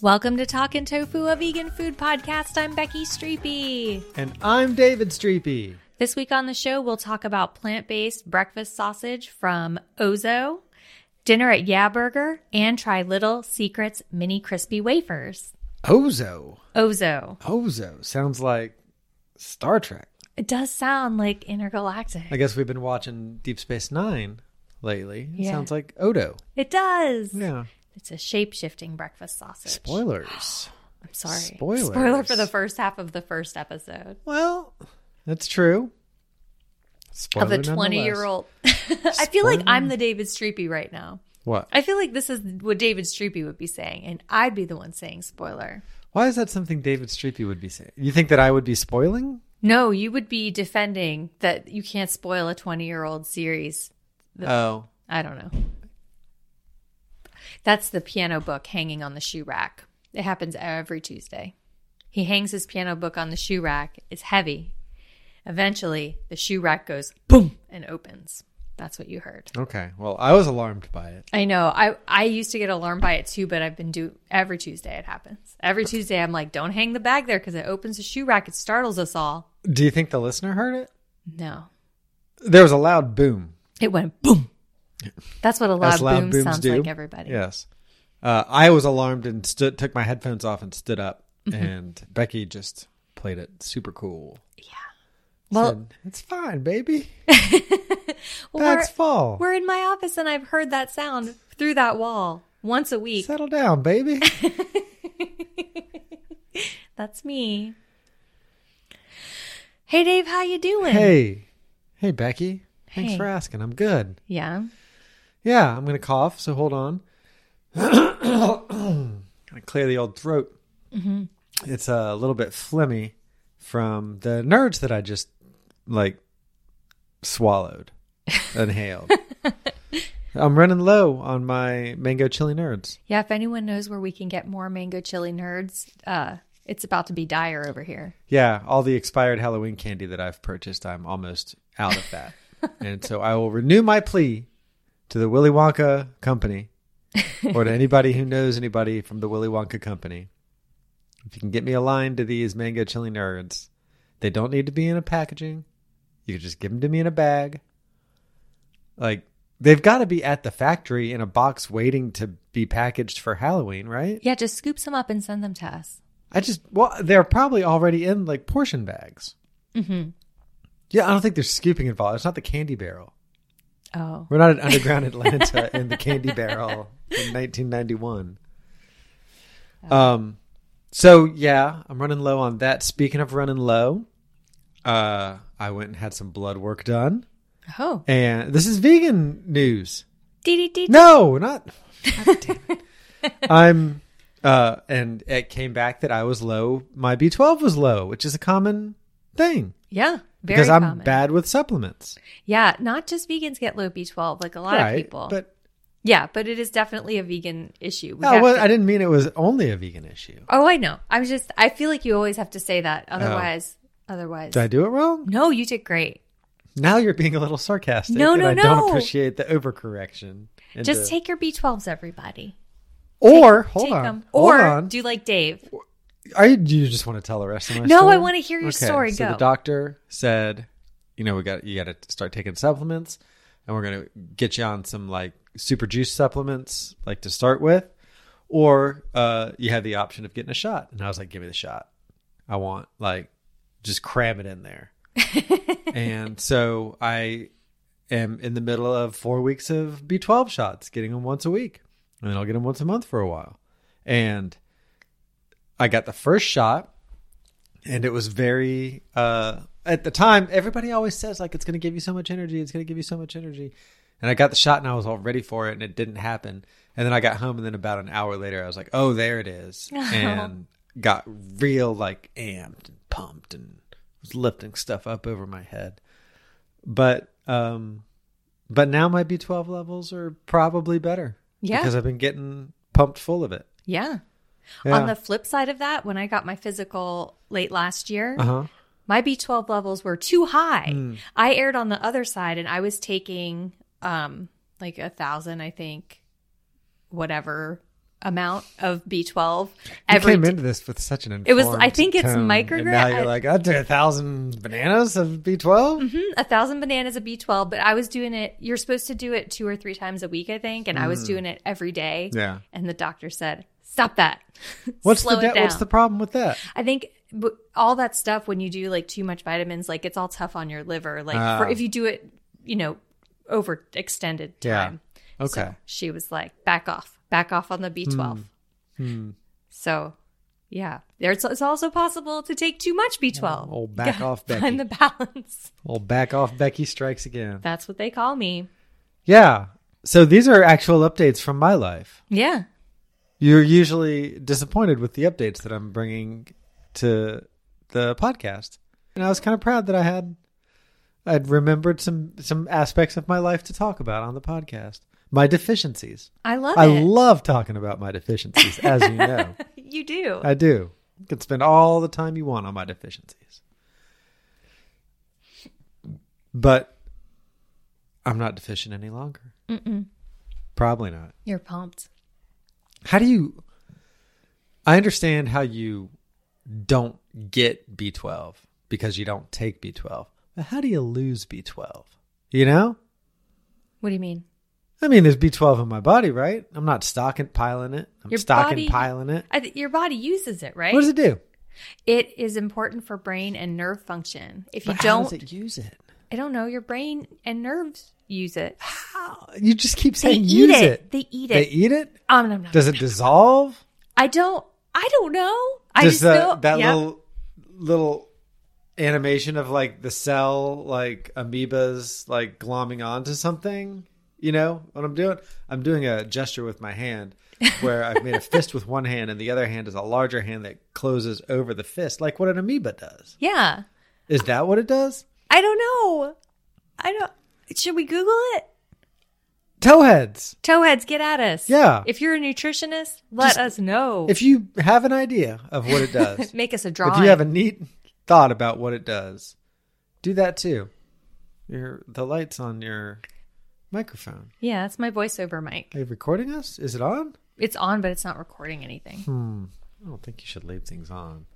Welcome to Talkin' Tofu, a vegan food podcast. I'm Becky Streepy. And I'm David Streepy. This week on the show, we'll talk about plant based breakfast sausage from Ozo, dinner at Yeah Burger, and try Little Secrets mini crispy wafers. Ozo. Ozo. Ozo sounds like Star Trek. It does sound like intergalactic. I guess we've been watching Deep Space Nine lately. It Yeah. sounds like Odo. it does. Yeah. It's a shape shifting breakfast sausage. Spoilers. I'm sorry. Spoilers. Spoiler for the first half of the first episode well, that's true. Spoiler of a 20 year nonetheless. old. I feel like Spoiler. I'm the David Streepy right now. What? I feel like this is what David Streepy would be saying, and I'd be the one saying spoiler. Why is that something David Streepy would be saying? You think that I would be spoiling? No, you would be defending that you can't spoil a 20 year old series. Oh. I don't know. That's the piano book hanging on the shoe rack. It happens every Tuesday. He hangs his piano book on the shoe rack. It's heavy. Eventually, the shoe rack goes boom and opens. That's what you heard. Okay. Well, I was alarmed by it. I know. I I used to get alarmed by it too, but I've been do every Tuesday. It happens every Tuesday. I'm like, don't hang the bag there because it opens the shoe rack. It startles us all. Do you think the listener heard it? No, There was a loud boom. it went boom. That's what a loud, As loud boom booms sounds do. like. Everybody. Yes. Uh, I was alarmed and stood, took my headphones off and stood up. Mm-hmm. And Becky just played it super cool. Well, Said, it's fine, baby. well, That's we're, fall. we're in my office and I've heard that sound through that wall once a week. Settle down, baby. That's me. Hey Dave, how you doing? hey, hey, Becky. Thanks Hey. for asking. I'm good. Yeah. Yeah, I'm gonna cough. So hold on. gonna clear the old throat. It's a little bit phlegmy from the nerds that I just like swallowed, inhaled. I'm running low on my mango chili nerds. Yeah, if anyone knows where we can get more mango chili nerds, uh, it's about to be dire over here. Yeah, all the expired Halloween candy that I've purchased, I'm almost out of that. and so I will renew my plea to the Willy Wonka Company or to anybody who knows anybody from the Willy Wonka Company. If you can get me a line to these mango chili nerds, they don't need to be in a packaging. You can just give them to me in a bag. Like, they've got to be at the factory in a box waiting to be packaged for Halloween, right? Yeah, just scoop some up and send them to us. I just well, they're probably already in like portion bags. Mm-hmm. Yeah, I don't think there's scooping involved. It's not the candy barrel. Oh, We're not in underground Atlanta in the candy barrel in 1991. Um, so yeah, I'm running low on that. Speaking of running low, uh, I went and had some blood work done, oh, and this is vegan news. dee dee dee. No, not. God damn it. I'm, uh, and it came back that I was low. My B12 was low, which is a common thing Yeah, very because I'm common. bad with supplements. Yeah, not just vegans get low B12, like a lot of people. But yeah, but it is definitely a vegan issue. We no, have well, to- I didn't mean it was only a vegan issue. Oh, I know. I'm just. I feel like you always have to say that. Otherwise, otherwise. Oh. Did I do it wrong? no, you did great. Now you're being a little sarcastic. No, and no, I don't no. appreciate the overcorrection. into- Just take your B12s, everybody. or hold Take on, 'em. hold or on. do like Dave. Are you, do you just want to tell the rest of my No, story? I wanna hear your story. So Go. the doctor said, you know, we got you got to start taking supplements, and we're gonna get you on some like super juice supplements, like to start with, or uh, you had the option of getting a shot. And I was like, give me the shot. I want like just cram it in there. and so I am in the middle of four weeks of B12 shots, getting them once a week, and then I'll get them once a month for a while. And I got the first shot, and it was very. Uh, at the time, everybody always says like it's going to give you so much energy, it's going to give you so much energy. And I got the shot, and I was all ready for it, and it didn't happen. And then I got home, and then about an hour later, I was like, "Oh, there it is," and got real like amped and pumped, and was lifting stuff up over my head. But um, but now my B12 levels are probably better. Yeah. Because I've been getting pumped full of it. Yeah. Yeah. On the flip side of that, when I got my physical late last year, uh-huh. my B12 levels were too high. Hmm. I aired on the other side and I was taking um like a thousand, I think, whatever amount of B12 every you came day. into this with such an informed It was- I think it's tone, microgre- And now you're I- like, I took a thousand bananas of B12. Mhm, a thousand bananas a B12, but I was doing it. You're supposed to do it two or three times a week, I think, and I was doing it every day. Hmm. Yeah. And the doctor said, "Stop that. What's Slow the it de- down." what's the problem with that? I think b- all that stuff when you do like too much vitamins, like it's all tough on your liver. Like Ah. for, if you do it, you know, over extended Yeah. time. Okay. So she was like, back off, back off on the B12. Hmm. So, yeah, there's, it's also possible to take too much B12. Oh, back off, Becky. Find the balance. Well, back off. Becky strikes again. That's what they call me. Yeah. So these are actual updates from my life. Yeah. You're usually disappointed with the updates that I'm bringing to the podcast, and I was kind of proud that I had I'd remembered some some aspects of my life to talk about on the podcast. My deficiencies. I love I it. love talking about my deficiencies, as you know. you do. I do. You can spend all the time you want on my deficiencies. But I'm not deficient any longer. Mm-mm. Probably not. You're pumped. How do you? I understand how you don't get B12 because you don't take B12. But how do you lose B12? You know? What do you mean? I mean, there's B12 in my body, right? I'm not stocking piling it. I'm Your stocking body- piling it. I th- your body uses it, right? What does it do? It is important for brain and nerve function. If you But how don't, does it use it? I don't know, your brain and nerves use it. Uh, You just keep saying eat use it. it. They eat They it. eat it. Um, nom, nom. Does it dissolve? I don't. I don't know. I Does just the- know that yeah. little little animation of like the cell, like amoebas, like glomming onto something? You know what I'm doing? I'm doing a gesture with my hand where I've made a fist with one hand and the other hand is a larger hand that closes over the fist, like what an amoeba does. Yeah, Is that what it does? I don't know. I don't. Should we Google it? Towheads. Toeheads, get at us. Yeah. If you're a nutritionist, let us know. If you have an idea of what it does, Make us a drawing. If you have a neat thought about what it does, do that too. Your the lights on your microphone. yeah, that's my voiceover mic. Are you recording us? Is it on? It's on, but it's not recording anything. I don't think you should leave things on.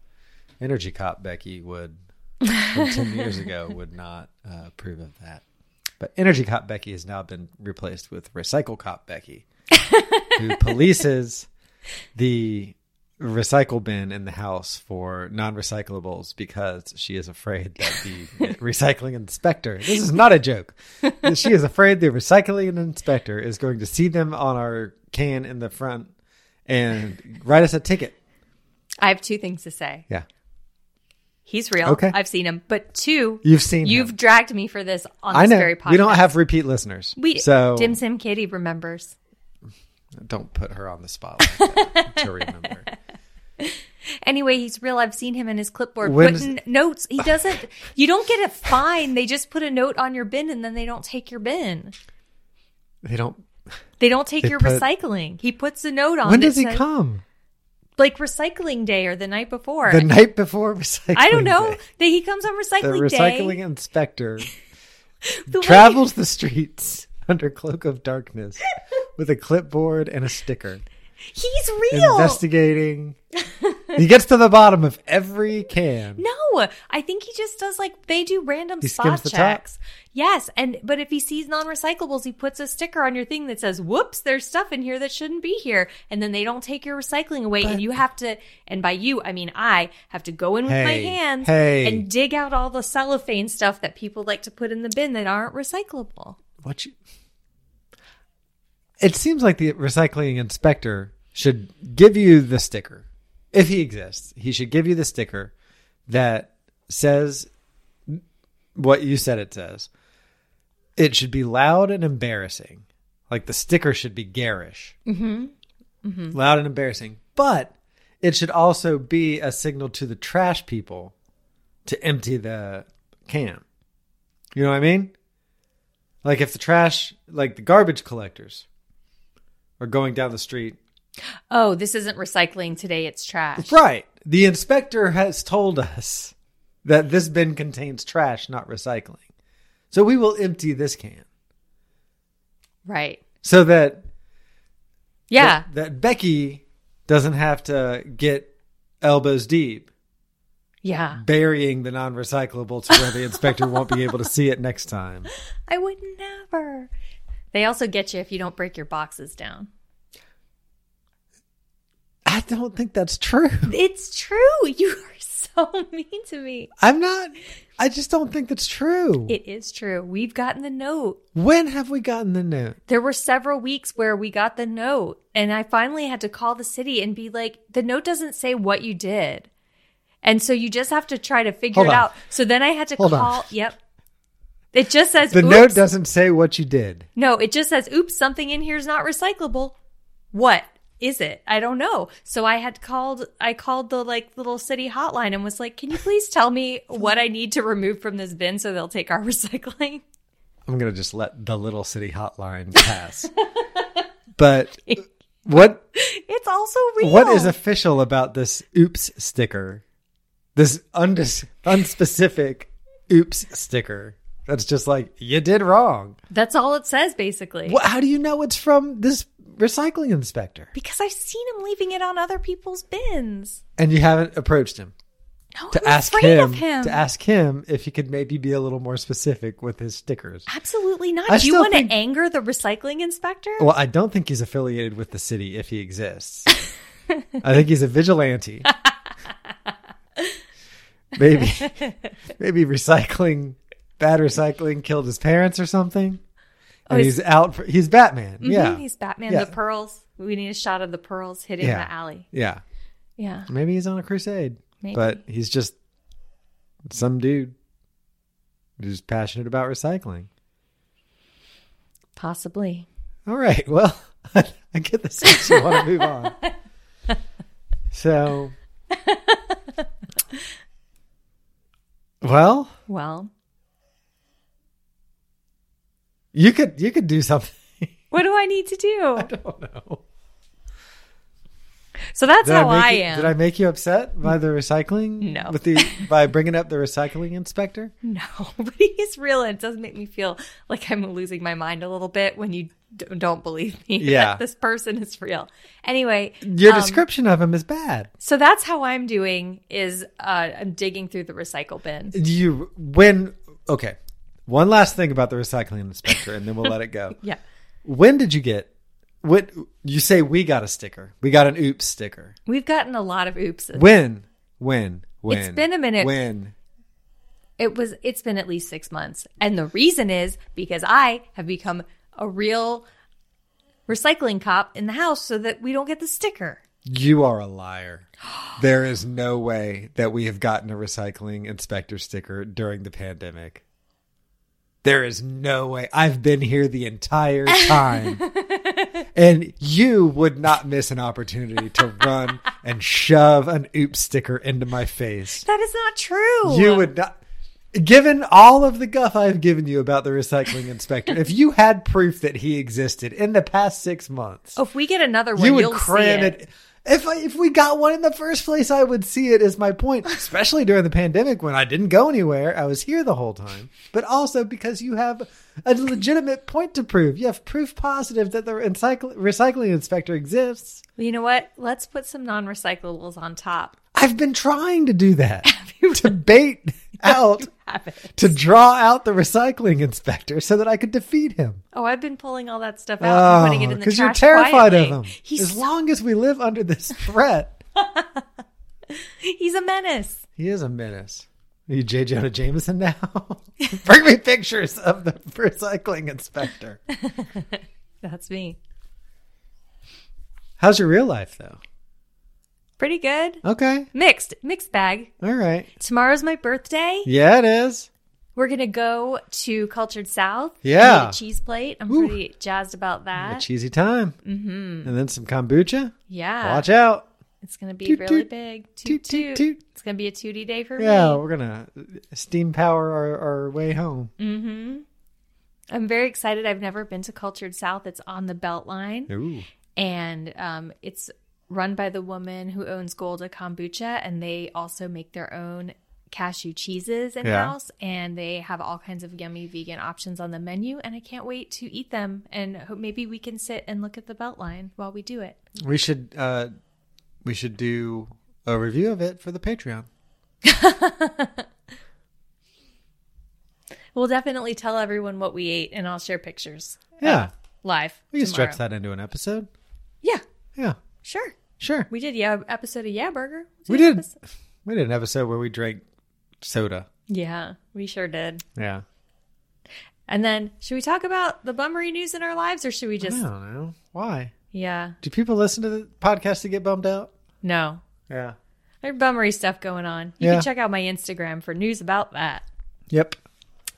Energy cop Becky would from ten years ago would not uh, approve of that. But energy cop Becky has now been replaced with recycle cop Becky, who polices the recycle bin in the house for non-recyclables because she is afraid that the recycling inspector this is not a joke she is afraid the recycling inspector is going to see them on our can in the front and write us a ticket I have two things to say. yeah He's real. Okay. I've seen him. But two, You've seen You've him. dragged me for this on i this know very podcast. we don't have repeat listeners We so Dim Sim Kitty remembers. don't put her on the spot like that to remember Anyway, he's real. I've seen him in his clipboard When- putting notes. He doesn't. you don't get a fine. They just put a note on your bin, and then they don't take your bin. they don't They don't take They your put- recycling. He puts a note on. when that does he says, come Like recycling day or the night before. the night before recycling I don't know. day. That he comes on the recycling, recycling day. inspector The way- travels the streets under cloak of darkness with a clipboard and a sticker He's real. investigating he gets to the bottom of every can no, No, I think he just does like they do random He spot skims the top. checks. Yes, and but if he sees non-recyclables, he puts a sticker on your thing that says, "Whoops, there's stuff in here that shouldn't be here," and then they don't take your recycling away, and you have to. And by you, I mean I have to go in with my Hey, hands hey. and dig out all the cellophane stuff that people like to put in the bin that aren't recyclable. What you? It seems like the recycling inspector should give you the sticker, if he exists. He should give you the sticker that says what you said it says. It should be loud and embarrassing. Like the sticker should be garish, mm-hmm. Mm-hmm. loud and embarrassing. But it should also be a signal to the trash people to empty the can. You know what I mean? Like if the trash, like the garbage collectors, are going down the street. Oh, this isn't recycling today; it's trash. Right. The inspector has told us that this bin contains trash, not recycling. So we will empty this can Right. so that Yeah. that, that Becky doesn't have to get elbows deep Yeah. burying the non-recyclable to where the inspector won't be able to see it next time. I would never. They also get you if you don't break your boxes down. I don't think that's true. It's true. You are so mean to me. I'm not I just don't think that's true. It is true. We've gotten the note. when have we gotten the note? There were several weeks where we got the note, and I finally had to call the city and be like, the note doesn't say what you did. And so you just have to try to figure Hold it on. out. So then I had to Hold on. call. Yep. It just says The oops. note doesn't say what you did. No, it just says, oops, something in here is not recyclable. What is it? I don't know. So I had called, I called the like little city hotline and was like, can you please tell me what I need to remove from this bin so they'll take our recycling? I'm gonna just let the little city hotline pass. but what It's also real. what is official about this oops sticker? This undis- unspecific oops sticker. That's just like you did wrong. That's all it says basically. What, how do you know it's from this recycling inspector? Because I've seen him leaving it on other people's bins. And you haven't approached him No, to I'm ask afraid him, of him. to ask him if he could maybe be a little more specific with his stickers. Absolutely not. I Do you still want to think- Oh, anger the recycling inspector? Well, I don't think he's affiliated with the city if he exists. I think he's a vigilante. maybe maybe recycling bad recycling killed his parents or something. Oh, And he's out for he's Batman. Mhm, Yeah. He's Batman. Yeah. The pearls. We need a shot of the pearls hidden in Yeah. the alley. Yeah. Yeah. Maybe he's on a crusade. Maybe. But he's just some dude who's passionate about recycling. Possibly. All right. Well, I get the sense you want to move on. So, well, Well, you could you could do something. what do I need to do? I don't know. So that's Did how make I, you- am. Did I make you upset by the recycling? No. With the by bringing up the recycling inspector. No, but he's real, and it does make me feel like I'm losing my mind a little bit when you d- don't believe me. that Yeah. this person is real. Anyway, Your um, description of him is bad. So that's how I'm doing. Is uh, I'm digging through the recycle bin. You when okay. One last thing about the recycling inspector, and then we'll let it go. Yeah. When did you get? What you say? We got a sticker. We got an oops sticker. We've gotten a lot of oops. When? When? When? It's been a minute. When? It was it's been at least 6 months. And the reason is because I have become a real recycling cop in the house so that we don't get the sticker. You are a liar. There is no way that we have gotten a recycling inspector sticker during the pandemic. There is no way. I've been here the entire time. and you would not miss an opportunity to run and shove an oops sticker into my face. That is not true. You would not. Given all of the guff I've given you about the recycling inspector, if you had proof that he existed in the past six months, Oh, if we get another one, you you would will cram see it. it. If I, if we got one in the first place, I would see it. Is my point, especially during the pandemic when I didn't go anywhere, I was here the whole time. But also because you have a legitimate point to prove, you have proof positive that the recycl- recycling inspector exists. You know what? Let's put some non-recyclables on top. I've been trying to do that. you to bait out have it. to draw out the recycling inspector so that I could defeat him. Oh, I've been pulling all that stuff out and putting it in the trash because Oh, you're terrified quietly. of him. He's as long as we live under this threat, he's a menace. he is a menace. Are you J. Jonah Jameson now? Bring me pictures of the recycling inspector. That's me. How's your real life though? Pretty good. Okay, Mixed, mixed bag. all right. Tomorrow's my birthday. Yeah, it is. We're gonna go to Cultured South. and Yeah. eat a cheese plate. I'm Ooh. pretty jazzed about A that. cheesy time, mm-hmm. and then some kombucha. yeah, Watch out! it's gonna be Toot, really toot. big. Toot, Toot, toot toot, toot. It's gonna be a tooty day for Yeah, me. we're gonna steam power our, our way home. I'm very excited. I've never been to Cultured South. It's on the Beltline, Ooh, and um, it's run by the woman who owns Golda Kombucha, and they also make their own cashew cheeses in house and they have all kinds of yummy vegan options on the menu and I can't wait to eat them and hope maybe we can sit and look at the Beltline while we do it. we should uh, we should do a review of it for the Patreon. We'll definitely tell everyone what we ate, and I'll share pictures Yeah, live. we can tomorrow. stretch that into an episode. Yeah, Yeah, sure. sure. We, We did yeah episode of Yeah Burger. did episode- we did an episode where we drank soda. Yeah, we sure did. Yeah, And then should we talk about the bummery news in our lives, or should we just I don't know why. yeah Do people listen to the podcast to get bummed out? no Yeah. there's bummery stuff going on. You Yeah. can check out my Instagram for news about that. Yep.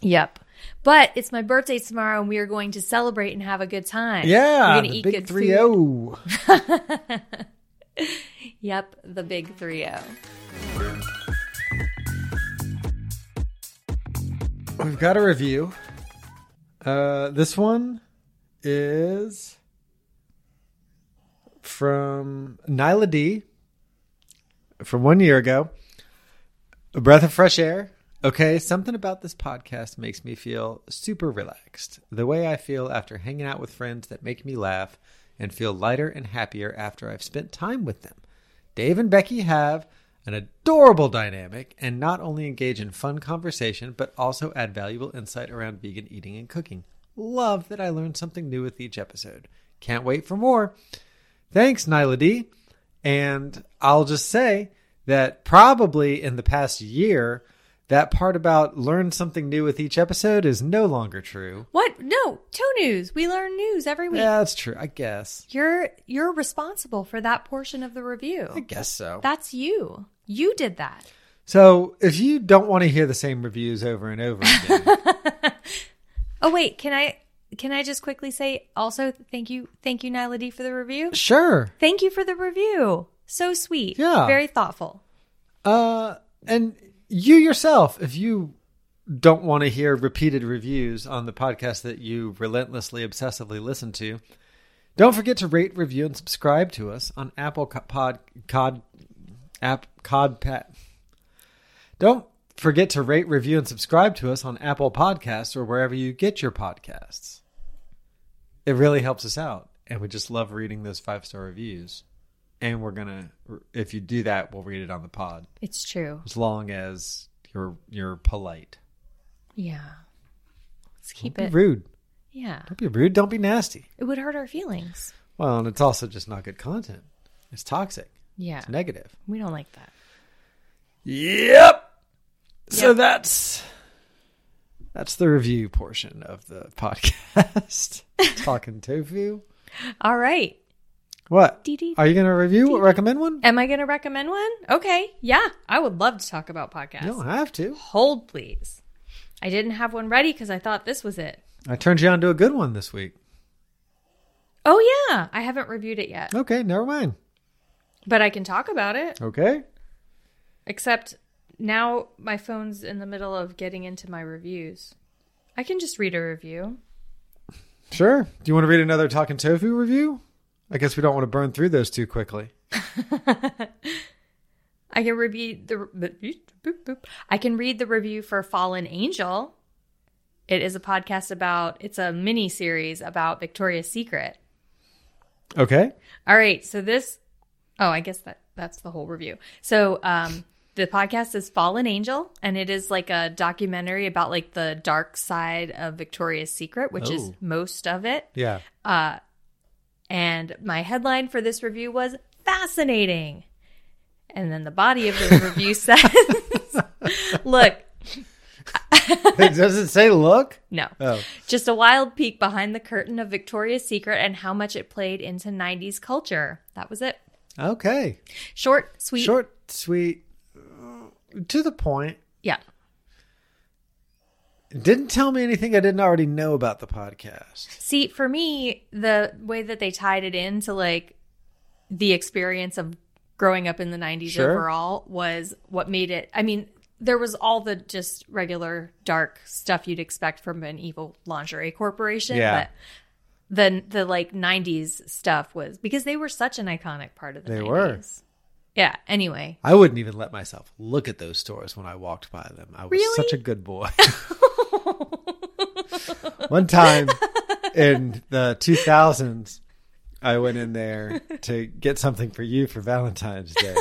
Yep. But it's my birthday tomorrow, and we are going to celebrate and have a good time. Yeah. we're the gonna eat big good three oh. food. O. Yep, the big three oh. zero. We've got a review. Uh, this one is from Nyla D from one year ago. A breath of fresh air. Okay, something about this podcast makes me feel super relaxed. The way I feel after hanging out with friends that make me laugh and feel lighter and happier after I've spent time with them. Dave and Becky have an adorable dynamic and not only engage in fun conversation, but also add valuable insight around vegan eating and cooking. Love that I learned something new with each episode. Can't wait for more. Thanks, Nyla D. And I'll just say that probably in the past year, that part about learn something new with each episode is no longer true. What? No, two news. We learn news every week. Yeah, that's true. I guess. You're you're responsible for that portion of the I review. guess so. That's you. You did that. So if you don't want to hear the same reviews over and over again, Oh wait, can I can I just quickly say also thank you thank you Nyla D for the review. sure. Thank you for the review. So sweet. Yeah. Very thoughtful. Uh, and you yourself, if you don't want to hear repeated reviews on the podcast that you relentlessly, obsessively listen to, don't forget to rate, review, and subscribe to us on Apple Co- Pod Cod App Cod Pat. Don't forget to rate, review, and subscribe to us on Apple Podcasts or wherever you get your podcasts. It really helps us out, and we just love reading those five star reviews. And we're gonna, if you do that, we'll read it on the pod It's true. as long as you're you're polite. Yeah. Let's keep Don't it. be rude. Yeah. Don't be rude. Don't be nasty. It would hurt our feelings. Well, and it's also just not good content. It's toxic. Yeah. It's negative. We don't like that. Yep. So that's that's the review portion of the podcast. Talking tofu. All right. What? Dee dee. Are you going to review or recommend one? Am I going to recommend one? Okay. Yeah. I would love to talk about podcasts. You don't have to. Hold please. I didn't have one ready cuz I thought this was it. I turned you on to a good one this week. Oh yeah, I haven't reviewed it yet, Okay, never mind. but I can talk about it. Okay. Except now my phone's in the middle of getting into my reviews. I can just read a review. Sure. Do you want to read another Talking Tofu review? I guess we don't want to burn through those too quickly. I can read the boop, boop. I can read the review for Fallen Angel. It is a podcast about it's a mini series about Victoria's Secret. Okay. All right, so this oh, I guess that that's the whole review. So um The podcast is Fallen Angel, and it is like a documentary about like the dark side of Victoria's Secret, which is Oh. most of it. Yeah. And my headline for this review was fascinating. And then the body of the review says, Look, it doesn't say look. no. Oh. Just a wild peek behind the curtain of Victoria's Secret and how much it played into 90s culture. That was it. Okay. Short, sweet. Short, sweet, to the point. Yeah. Didn't tell me anything I didn't already know about the podcast. See, for me, the way that they tied it into like the experience of growing up in the 90s Sure. overall was what made it. I mean, there was all the just regular dark stuff you'd expect from an evil lingerie corporation, Yeah. but the the like 90s stuff was because they were such an iconic part of the They 90s. were. Yeah, anyway. I wouldn't even let myself look at those stores when I walked by them. I was Really? such a good boy. One time in the 2000s, I went in there to get something for you for Valentine's Day.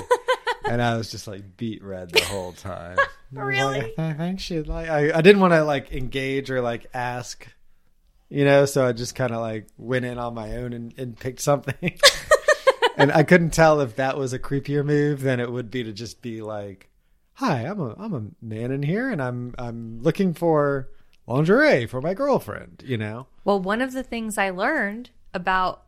And I was just like beat red the whole time. And I was like, Really? I think she'd like. I, I didn't want to like engage or like ask, you know. So I just kind of like went in on my own and, and picked something. and I couldn't tell if that was a creepier move than it would be to just be like, "Hi, I'm a I'm a man in here, and I'm I'm looking for lingerie for my girlfriend." You know? Well, one of the things I learned about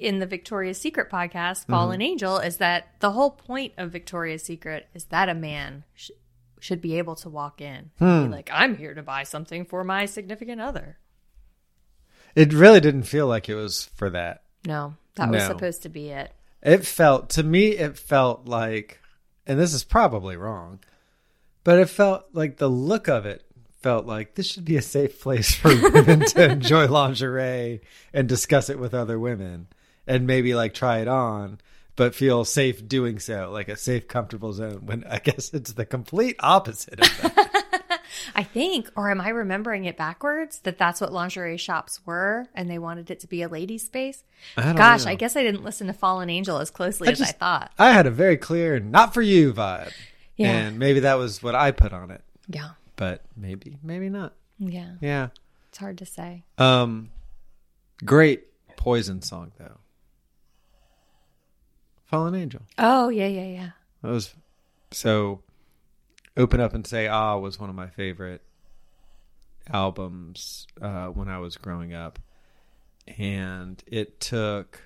in the Victoria's Secret podcast, Mm-hmm. Fallen Angel, is that the whole point of Victoria's Secret is that a man sh- should be able to walk in. Hmm. Be like, I'm here to buy something for my significant other. It really didn't feel like it was for that. No, that was No. supposed to be it. It felt to me, it felt like, and this is probably wrong, but it felt like the look of it felt like this should be a safe place for women to enjoy lingerie and discuss it with other women and maybe like try it on, but feel safe doing so, like a safe, comfortable zone. When I guess it's the complete opposite of that. I think, or am I remembering it backwards? That that's what lingerie shops were, and they wanted it to be a ladies' space. I don't Gosh, know. I guess I didn't listen to Fallen Angel as closely as I just- thought. I had a very clear not for you vibe. Yeah. And maybe that was what I put on it, Yeah, but maybe, maybe not. yeah, Yeah. it's hard to say. Um, great poison song though. Fallen Angel. Oh yeah, yeah, yeah. That was so. Open up and say ah was one of my favorite albums uh, when I was growing up, and it took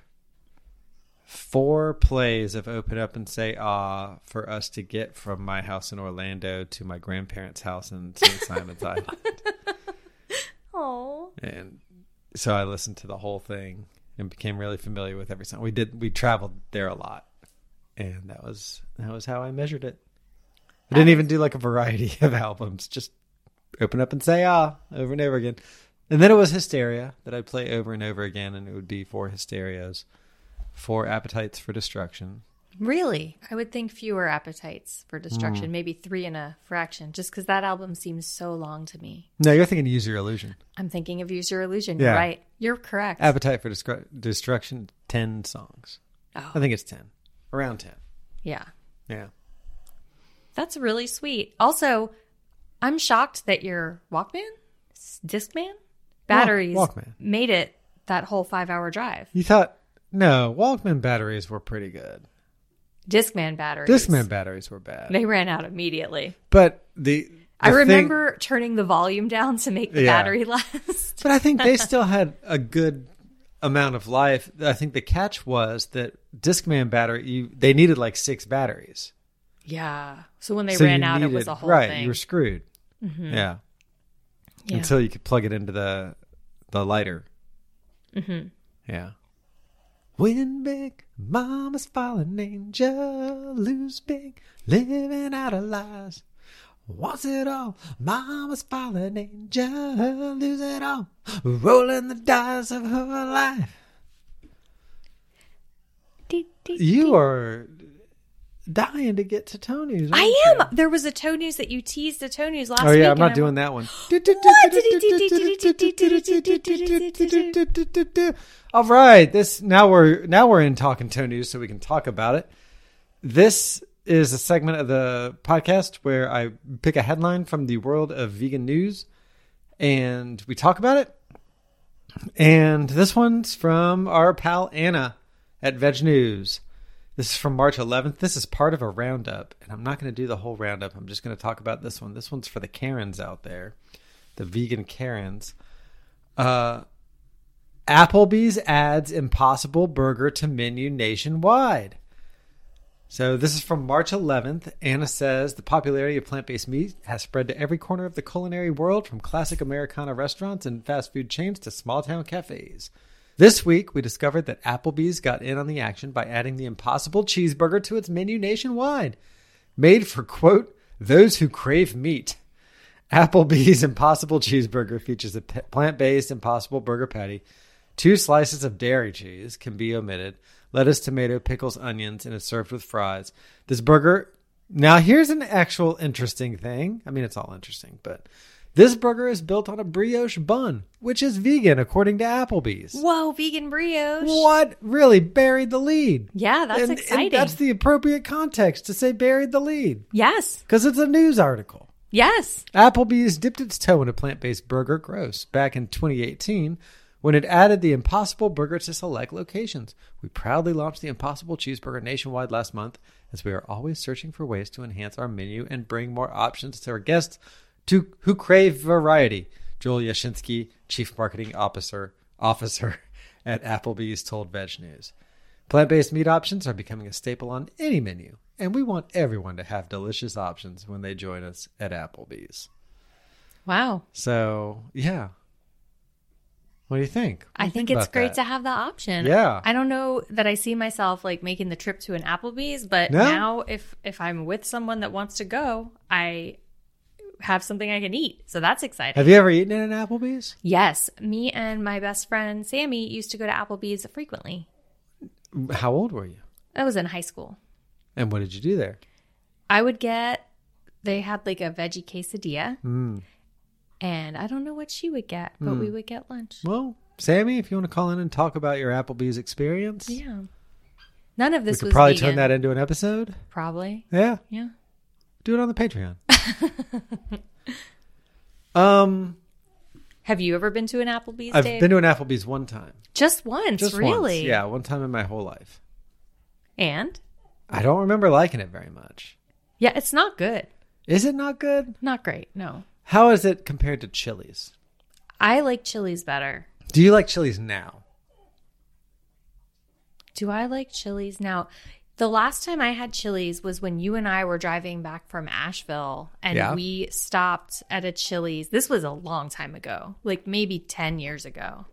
four plays of open up and say ah for us to get from my house in Orlando to my grandparents' house in St. Simon's Island. Oh. and so I listened to the whole thing and became really familiar with every song. We did we traveled there a lot, and that was that was how I measured it. I didn't even do like a variety of albums; just open up and say ah over and over again. And then it was Hysteria that I'd play over and over again, and it would be four Hysterias, four Appetites for Destruction. Really? I would think fewer appetites for Mm. destruction, maybe three and a fraction, just because that album seems so long to me. No, you're thinking Use Your Illusion. I'm thinking of Use Your Illusion. Yeah. You're right. You're correct. Appetite for Destru- Destruction, ten songs. I think it's ten, around ten. yeah. Yeah. That's really sweet. Also, I'm shocked that your Walkman, S- Discman, batteries Oh, Walkman. made it that whole five hour drive. You thought no, Walkman batteries were pretty good. Discman batteries. Discman batteries were bad. They ran out immediately. But the, the I thing- remember turning the volume down to make the Yeah. battery last. but I think they still had a good amount of life. I think the catch was that Discman battery you, they needed like six batteries. yeah. So when they So ran you out, it was needed- a whole right. thing. Mm-hmm. You were screwed. Yeah. Yeah. until you could plug it into the the lighter. Mm-hmm. Yeah. Win big, mama's fallen angel. Lose big, living out of lies. Wants it all, mama's fallen angel. Lose it all, rolling the dice of her life. You are dying to get to Tony's. aren't you? I am. There was a toe news that you teased a toe news last Oh week. yeah, I'm and not doing that one. All right, this now we're now we're in talking Tony, so we can talk about it. This is a segment of the podcast where I pick a headline from the world of vegan news and we talk about it. And this one's from our pal Anna at Veg News. This is from March 11th. This is part of a roundup, and I'm not going to do the whole roundup. I'm just going to talk about this one. This one's for the Karens out there, the vegan Karens. Uh, Applebee's adds Impossible Burger to menu nationwide. So this is from March 11th. Anna says the popularity of plant-based meat has spread to every corner of the culinary world, from classic Americana restaurants and fast food chains to small-town cafes. This week, we discovered that Applebee's got in on the action by adding the Impossible Cheeseburger to its menu nationwide, made for quote those who crave meat. Applebee's Impossible Cheeseburger features a p- plant-based Impossible Burger patty. Two slices of dairy cheese can be omitted. Lettuce, tomato, pickles, onions, and it's served with fries. This burger. Now, here's an actual interesting thing. I mean, it's all interesting, but this burger is built on a brioche bun, which is vegan according to Applebee's. Whoa, vegan brioche. What really buried the lead? Yeah, that's And- and exciting. that's the appropriate context to say buried the lead yes. because it's a news article. Yes. Applebee's dipped its toe in a plant based burger gross back in 2018 when it added the Impossible Burger to select locations. We proudly launched the Impossible Cheeseburger nationwide last month as we are always searching for ways to enhance our menu and bring more options to our guests to, who crave variety. Joel Yashinsky, Chief Marketing Officer, officer at Applebee's, told Veg News. Plant based meat options are becoming a staple on any menu, and we want everyone to have delicious options when they join us at Applebee's. Wow. So, yeah. What do you think? What do I you think it's about great that? to have the option. Yeah. I don't know that I see myself like making the trip to an Applebee's, but No. now if if I'm with someone that wants to go, I have something I can eat. So that's exciting. Have you ever eaten at an Applebee's? yes, me and my best friend Sammy used to go to Applebee's frequently. How old were you? That was in high school. And what did you do there? I would get they had like a veggie quesadilla. Hmm. And I don't know what she would get, but we would get lunch. Well, Sammy, if you want to call in and talk about your Applebee's experience, Yeah. None of we this could was probably vegan. turn that into an episode. Probably. Yeah. Yeah. Do it on the Patreon. um, Have you ever been to an Applebee's? I've Dave? been to an Applebee's one time. just once, Just really. once. Yeah, one time in my whole life. And I don't remember liking it very much. yeah, it's not good. Is it not good? Not great. No. How is it compared to Chili's? I like Chili's better. Do you like Chili's now? Do I like Chili's now? The last time I had Chili's was when you and I were driving back from Asheville and Yeah. we stopped at a Chili's. This was a long time ago, like maybe 10 years ago.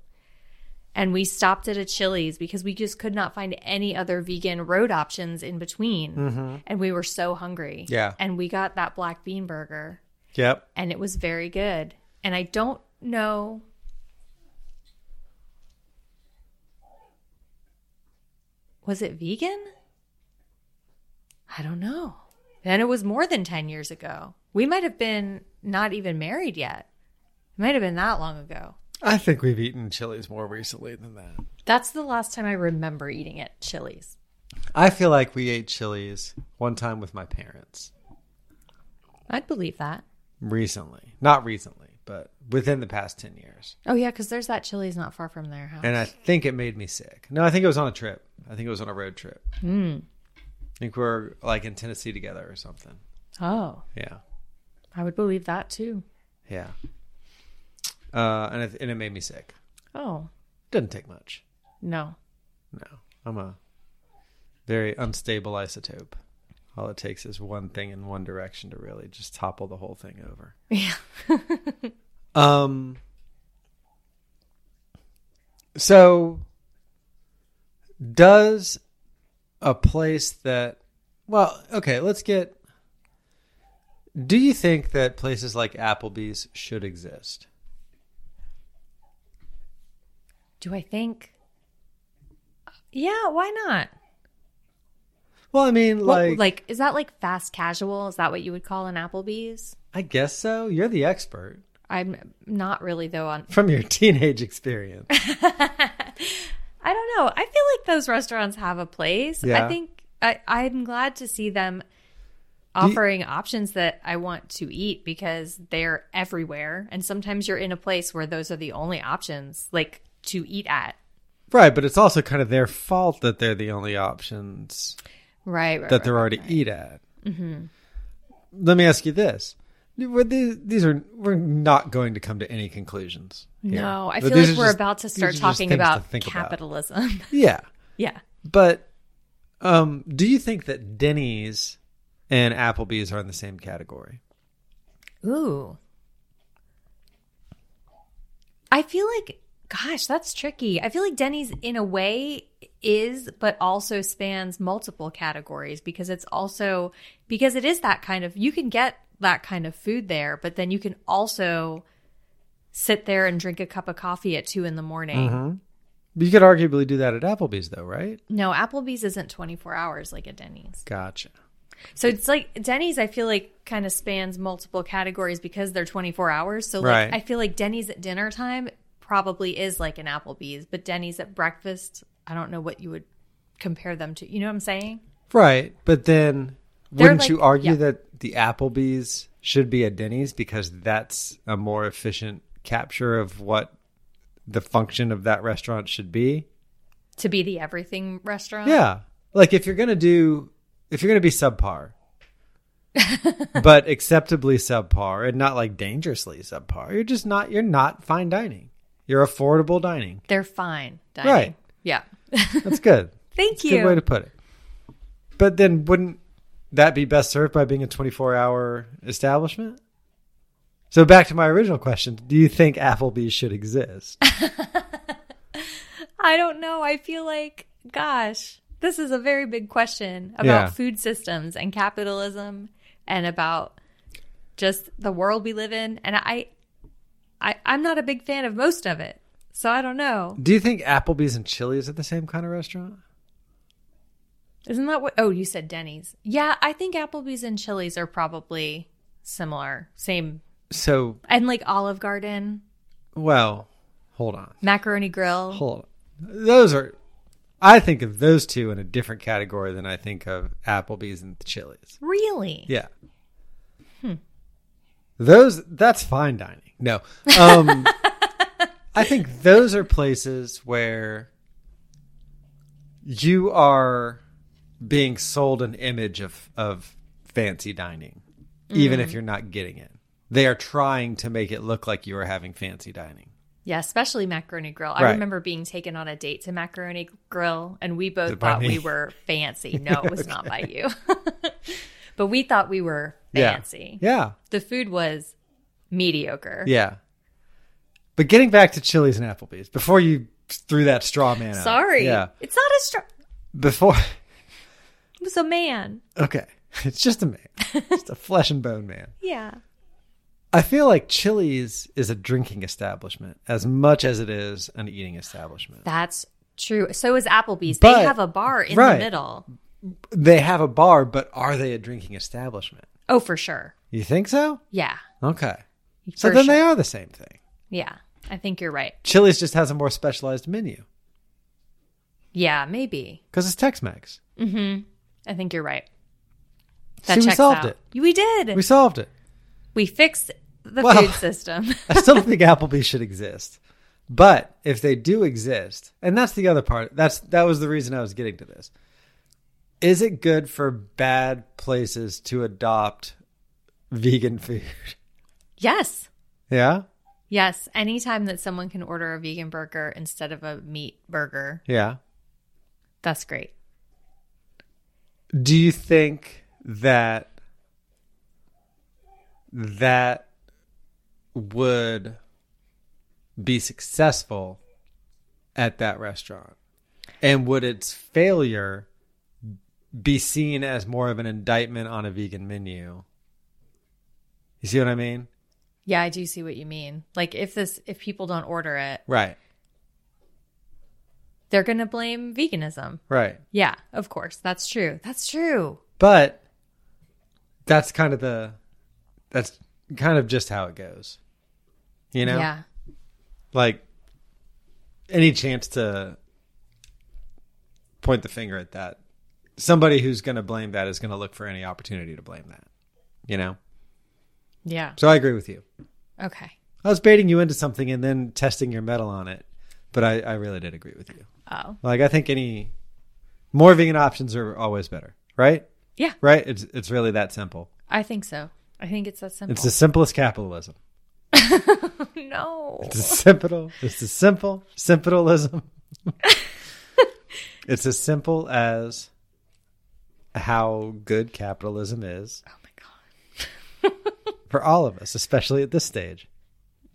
And we stopped at a Chili's because we just could not find any other vegan road options in between. And we were so hungry. Mm-hmm. Yeah. And we got that black bean burger Yep. and it was very good. And I don't know. Was it vegan? I don't know. And it was more than 10 years ago. We might have been not even married yet. It might have been that long ago. I think we've eaten Chili's more recently than that. That's the last time I remember eating at Chili's. I feel like we ate Chili's one time with my parents I'd believe that. recently. Not recently, but within the past 10 years. Oh, yeah, because there's that Chili's not far from their house. And I think it made me sick. No, I think it was on a trip. I think it was on a road trip. Mm. I think we were like in Tennessee together or something. oh, Yeah. I would believe that too. Yeah. Uh, and, it, and it made me sick. Oh, Doesn't take much. no. No, I'm a very unstable isotope. All it takes is one thing in one direction to really just topple the whole thing over. Yeah. um. So, does a place that, well, okay, let's get. Do you think that places like Applebee's should exist? Do I think? Yeah, why not? Well, I mean, Like, like, like, is that like fast casual? Is that what you would call an Applebee's? I guess so. You're the expert. I'm not really though on. from your teenage experience. I don't know. I feel like those restaurants have a place. Yeah. I think I, I'm glad to see them offering options that I want to eat because they're everywhere. And sometimes you're in a place where those are the only options, like to eat at. Right, but it's also kind of their fault that they're the only options Right. right that they're already eat at. Mm-hmm. Let me ask you this: Were these, these are we're not going to come to any conclusions. here. No, I But feel these like are we're just- about to these are start just talking things to about think capitalism. Yeah, yeah. but um, do you think that Denny's and Applebee's are in the same category? Ooh. I feel like, gosh, that's tricky. I feel like Denny's, in a way, is, but also spans multiple categories because it's also, because it is that kind of, you can get that kind of food there, but then you can also sit there and drink a cup of coffee at two in the morning. But you could arguably do that at Applebee's, though, right? No, Applebee's isn't 24 hours like a Denny's. Gotcha. So it's like Denny's. I feel like kind of spans multiple categories because they're 24 hours. So Right. like I feel like Denny's at dinner time probably is like an Applebee's, but Denny's at breakfast, I don't know what you would compare them to. You know what I'm saying? Right, but then They're wouldn't like- you argue yeah. that the Applebee's should be a Denny's because that's a more efficient capture of what the function of that restaurant should be? To be the everything restaurant. Yeah. Like if you're going to do if you're going to be subpar but acceptably subpar and not like dangerously subpar, you're just not you're not fine dining. You're affordable dining. They're fine dining. Right. Yeah. That's good. Thank Good way you. to put it. But then wouldn't that be best served by being a 24 hour establishment? So back to my original question, do you think Applebee's should exist? I don't know. I feel like gosh, this is a very big question about Yeah. food systems and capitalism and about just the world we live in and I I I'm not a big fan of most of it. So I don't know. do you think Applebee's and Chili's are the same kind of restaurant? Isn't that what Oh, you said Denny's. Yeah, I think Applebee's and Chili's are probably similar. Same. So, And like Olive Garden, well, hold on. Macaroni Grill. Hold on. Those are I think of those two in a different category than I think of Applebee's and Chili's. really? Yeah. Hmm. Those that's fine dining. No. Um I think those are places where you are being sold an image of of fancy dining even Mm. if you're not getting it. They are trying to make it look like you are having fancy dining. Yeah, especially Macaroni Grill. I Right. remember being taken on a date to Macaroni Grill, and we both by thought me? we were fancy. No, it was not by you. but we thought we were Yeah. fancy. Yeah. The food was mediocre. Yeah. But getting back to Chili's and Applebee's before you threw that straw man out. Sorry. Yeah. It's not a str- Before It was a man. Okay. It's just a man. Just a flesh and bone man. Yeah. I feel like Chili's is a drinking establishment as much as it is an eating establishment. That's true. So is Applebee's. But- they have a bar in right. the middle. They have a bar, but are they a drinking establishment? Oh, for sure. You think so? Yeah. Okay. So For then sure. they are the same thing. Yeah. I think you're right. Chili's just has a more specialized menu Yeah, maybe. because it's Tex Mex. I think you're right. That See, we checks solved out. it. We did. We We, solved it. fixed the Well- food system. I still don't think Applebee's should exist. But if they do exist, and that's the other part, that's that was the reason I was getting to this. Is it good for bad places to adopt vegan food? Yes. Yeah? Yes. Anytime that someone can order a vegan burger instead of a meat burger, Yeah. that's great. Do you think that that would be successful at that restaurant? And would its failure be seen as more of an indictment on a vegan menu? You see what I mean? Yeah, I do see what you mean. Like if this if people don't order it, Right, they're going to blame veganism. right. Yeah, of course. That's true. That's true. But that's kind of the that's kind of just how it goes. You know? Yeah. like any chance to point the finger at that somebody who's going to blame that is going to look for any opportunity to blame that. You know? Yeah. So I agree with you. Okay. I was baiting you into something and then testing your metal on it, but I, I really did agree with you. Oh. Like I think any more vegan options are always better, right? Yeah. Right? It's it's really that simple. I think so. I think it's that simple. It's the simplest capitalism. no. It's a simple. It's a simple simpitalism. it's as simple as how good capitalism is Oh my god. for all of us, especially at this stage,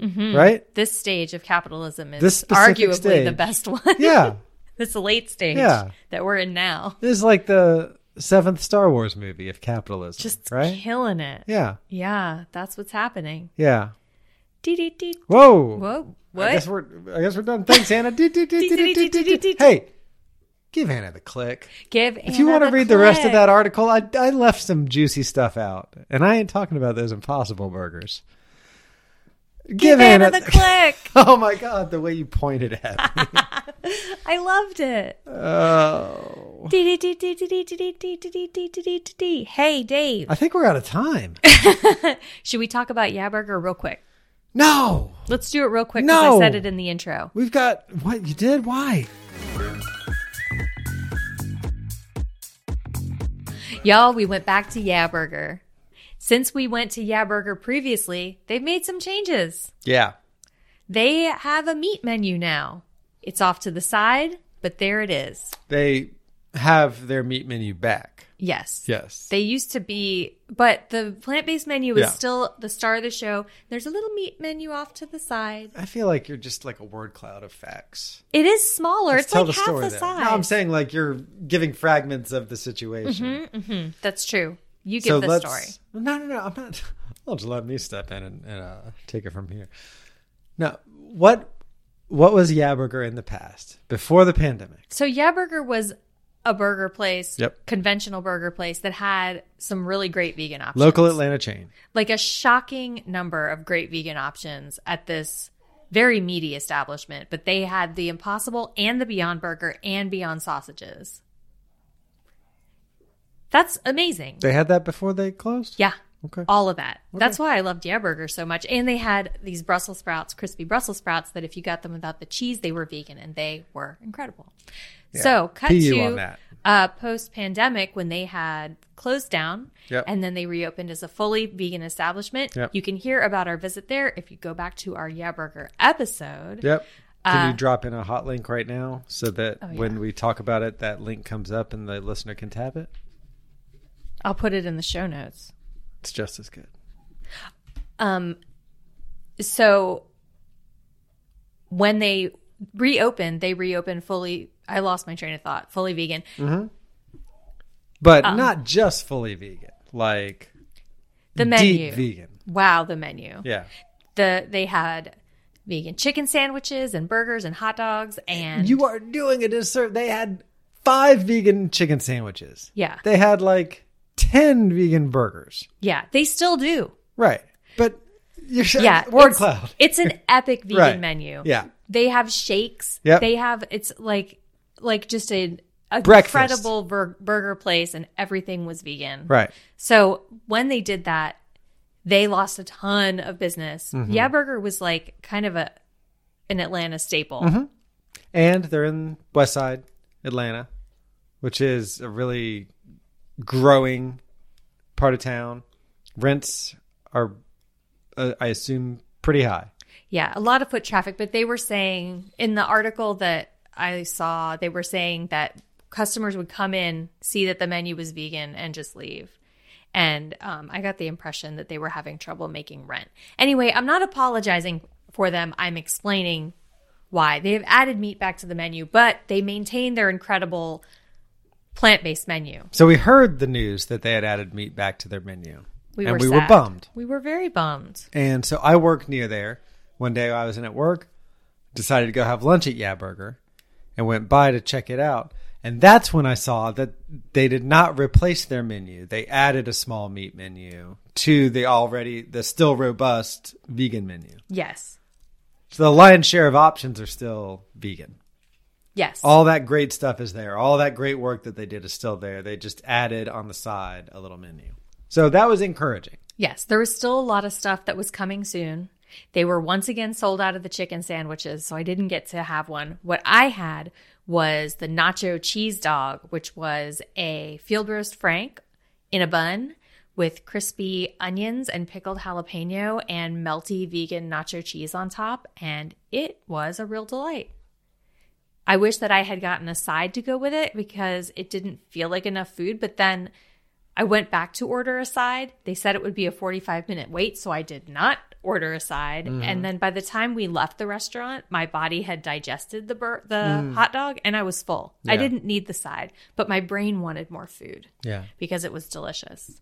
Mm-hmm. right? This stage of capitalism is This specific arguably the stage. best one. Yeah, this late stage Yeah. that we're in now. this is like the seventh Star Wars movie of capitalism, Just right? killing it. Yeah, Yeah, that's what's happening. yeah. Dee dee dee. Whoa, Whoa. I guess What? we're I guess we're done. Thanks, Hannah. Do, do, do, do, do, do, do. Hey, give Hannah the click. Give If you Anna want to read the rest of click. that article, I, I left some juicy stuff out, and I ain't talking about those Impossible Burgers. Give, Give Anna the click. Oh my God, the way you pointed at me. I loved it. oh, Dee dee dee dee dee dee dee dee dee dee dee dee dee dee dee. Hey Dave, I think we're out of time. should we talk about Yaburger real quick? No, Let's do it real quick because No. I said it in the intro. we've got what you did. Why? Y'all, we went back to Yaburger. Since we went to Yaburger previously, they've made some changes. Yeah, They have a meat menu now. It's off to the side, but there it is. they have their meat menu back. Yes. Yes, They used to be, but the plant based menu is Yeah. still the star of the show. There's a little meat menu off to the side. I feel like you're just like a word cloud of facts. It is smaller. Let's it's tell like the half story. the then. size. No, I'm saying like you're giving fragments of the situation. That's true. You give the let's- story. No, no, no. I'm not. I'll just let me step in and, and uh, take it from here. Now, what what was Yaburger in the past before the pandemic? So Yeah Burger was a burger place, Yep. conventional burger place that had some really great vegan options. Local Atlanta chain. like a shocking number of great vegan options at this very meaty establishment, but they had the Impossible and the Beyond Burger and Beyond Sausages. That's amazing. They had that before they closed. Yeah. Okay. All of that. That's why I loved Yeah Burger so much. And they had these Brussels sprouts, crispy Brussels sprouts, that if you got them without the cheese, they were vegan and they were incredible. So cut PU to on that. Uh, post pandemic when they had closed down Yep. and then they reopened as a fully vegan establishment. Yep. You can hear about our visit there if you go back to our Yeah Burger episode. Yep. Can Uh, you drop in a hot link right now so that Oh, when we talk about it, that link comes up and the listener can tap it? I'll put it in the show notes. It's just as good. Um, so when they reopened, they reopened fully. I lost my train of thought. Fully vegan. Um, But not just fully vegan, like The menu. deep vegan. Wow, the menu. Yeah. The they had vegan chicken sandwiches and burgers and hot dogs and You are doing a disservice. They had five vegan chicken sandwiches. Yeah. They had like 10 vegan burgers. yeah, they still do. Right. But you're Yeah, word it's- cloud. It's an epic vegan Right. menu. Yeah. they have shakes. Yep. they have it's like like just a, a Breakfast. incredible bur- burger place, and everything was vegan. Right. So when they did that, they lost a ton of business. Yeah Burger was like kind of a an Atlanta staple. And they're in West Side, Atlanta, which is a really growing part of town. Rents are, uh, I assume, pretty high. Yeah, a lot of foot traffic, but they were saying in the article that I saw, they were saying that customers would come in, see that the menu was vegan, and just leave. And um, I got the impression that they were having trouble making rent. Anyway, I'm not apologizing for them. I'm explaining why. They have added meat back to the menu, but they maintain their incredible plant based menu. So we heard the news that they had added meat back to their menu. We and were we were sad. bummed. We were very bummed. And so I work near there. One day I was in at work, decided to go have lunch at Yeah Burger, and went by to check it out. And that's when I saw that they did not replace their menu. They added a small meat menu to the already the still robust vegan menu. Yes. So the lion's share of options are still vegan. Yes. All that great stuff is there. All that great work that they did is still there. They just added on the side a little menu. So that was encouraging. Yes, there was still a lot of stuff that was coming soon. They were once again sold out of the chicken sandwiches, so I didn't get to have one. What I had was the nacho cheese dog, which was a field roast frank in a bun with crispy onions and pickled jalapeno and melty vegan nacho cheese on top, and it was a real delight. I wish that I had gotten a side to go with it because it didn't feel like enough food, but then I went back to order a side. They said it would be a 45 minute wait, so I did not order a side. Mm-hmm. And then by the time we left the restaurant, my body had digested the bur- the hot dog and I was full. I Mm. Yeah. didn't need the side, but my brain wanted more food Yeah. because it was delicious.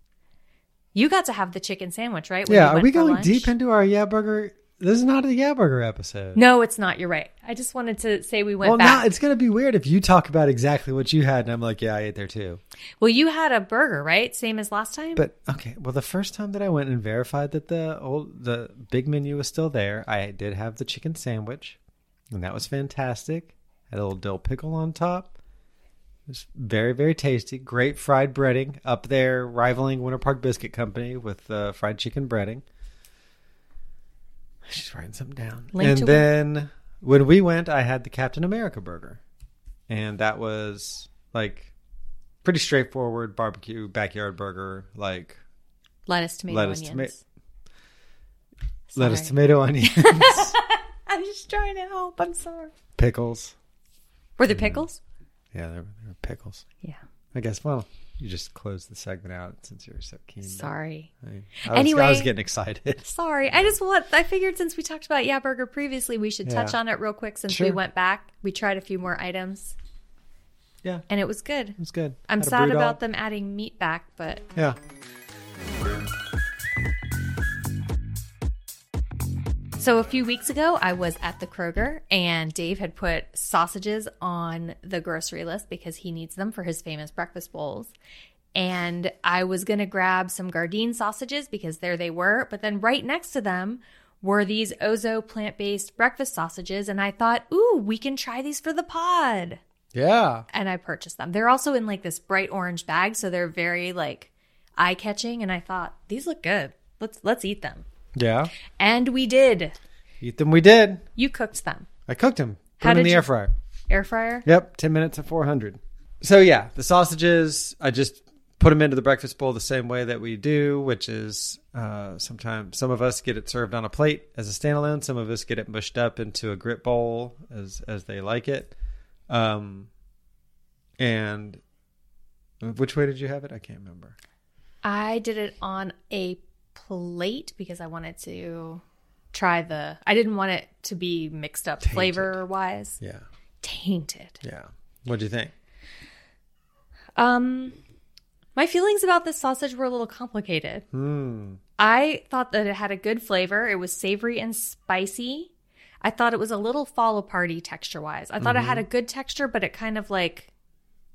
You got to have the chicken sandwich, right? when you Yeah. Are went we for going lunch? deep into our Yeah Burger? This is not a Yeah Burger episode. No, it's not. You're right. I just wanted to say we went well, back. now it's going to be weird if you talk about exactly what you had and I'm like, yeah, I ate there too. well, you had a burger, right? Same as last time. But okay, well, the first time that I went and verified that the old the big menu was still there, I did have the chicken sandwich, and that was fantastic. Had a little dill pickle on top. It was very very tasty. Great fried breading up there, rivaling Winter Park Biscuit Company with uh, fried chicken breading. She's writing something down. Link and to- then when we went, I had the Captain America burger, and that was like pretty straightforward barbecue backyard burger like lettuce, tomato, Lettuce, onions. lettuce Sorry. tomato onions I'm just trying to help. I'm sorry. pickles Were there pickles? yeah there, there were pickles Yeah. i guess well you just closed the segment out since you were so keen Sorry. I, I was, I Anyway. was getting excited Sorry. I just want, I figured since we talked about Yeah Burger previously, we should touch Yeah. on it real quick since we Sure. went back. We tried a few more items yeah it and it was good. was good I'm Had a sad brewdog. about them adding meat back, but yeah So a few weeks ago, I was at the Kroger and Dave had put sausages on the grocery list because he needs them for his famous breakfast bowls. And I was going to grab some Gardein sausages because there they were, but then right next to them were these Ozo plant-based breakfast sausages and I thought, "Ooh, we can try these for the pod." yeah And I purchased them. They're also in like this bright orange bag, so they're very like eye-catching and I thought, "These look good. Let's let's eat them." yeah And we did. eat them we did You cooked them. i cooked them put How them did in the you- air fryer air fryer. Yep, 10 minutes at 400. So yeah, the sausages, I just put them into the breakfast bowl the same way that we do, which is uh, sometimes some of us get it served on a plate as a standalone, some of us get it mushed up into a grit bowl as as they like it. Um, and which way did you have it? I can't remember. I did it on a plate because I wanted to try the. I didn't want it to be mixed up flavor wise, Yeah. tainted. Yeah. What do you think? Um, my feelings about this sausage were a little complicated. I thought that it had a good flavor. It was savory and spicy. I thought it was a little fall aparty texture wise. I thought it had a good texture, but it kind of like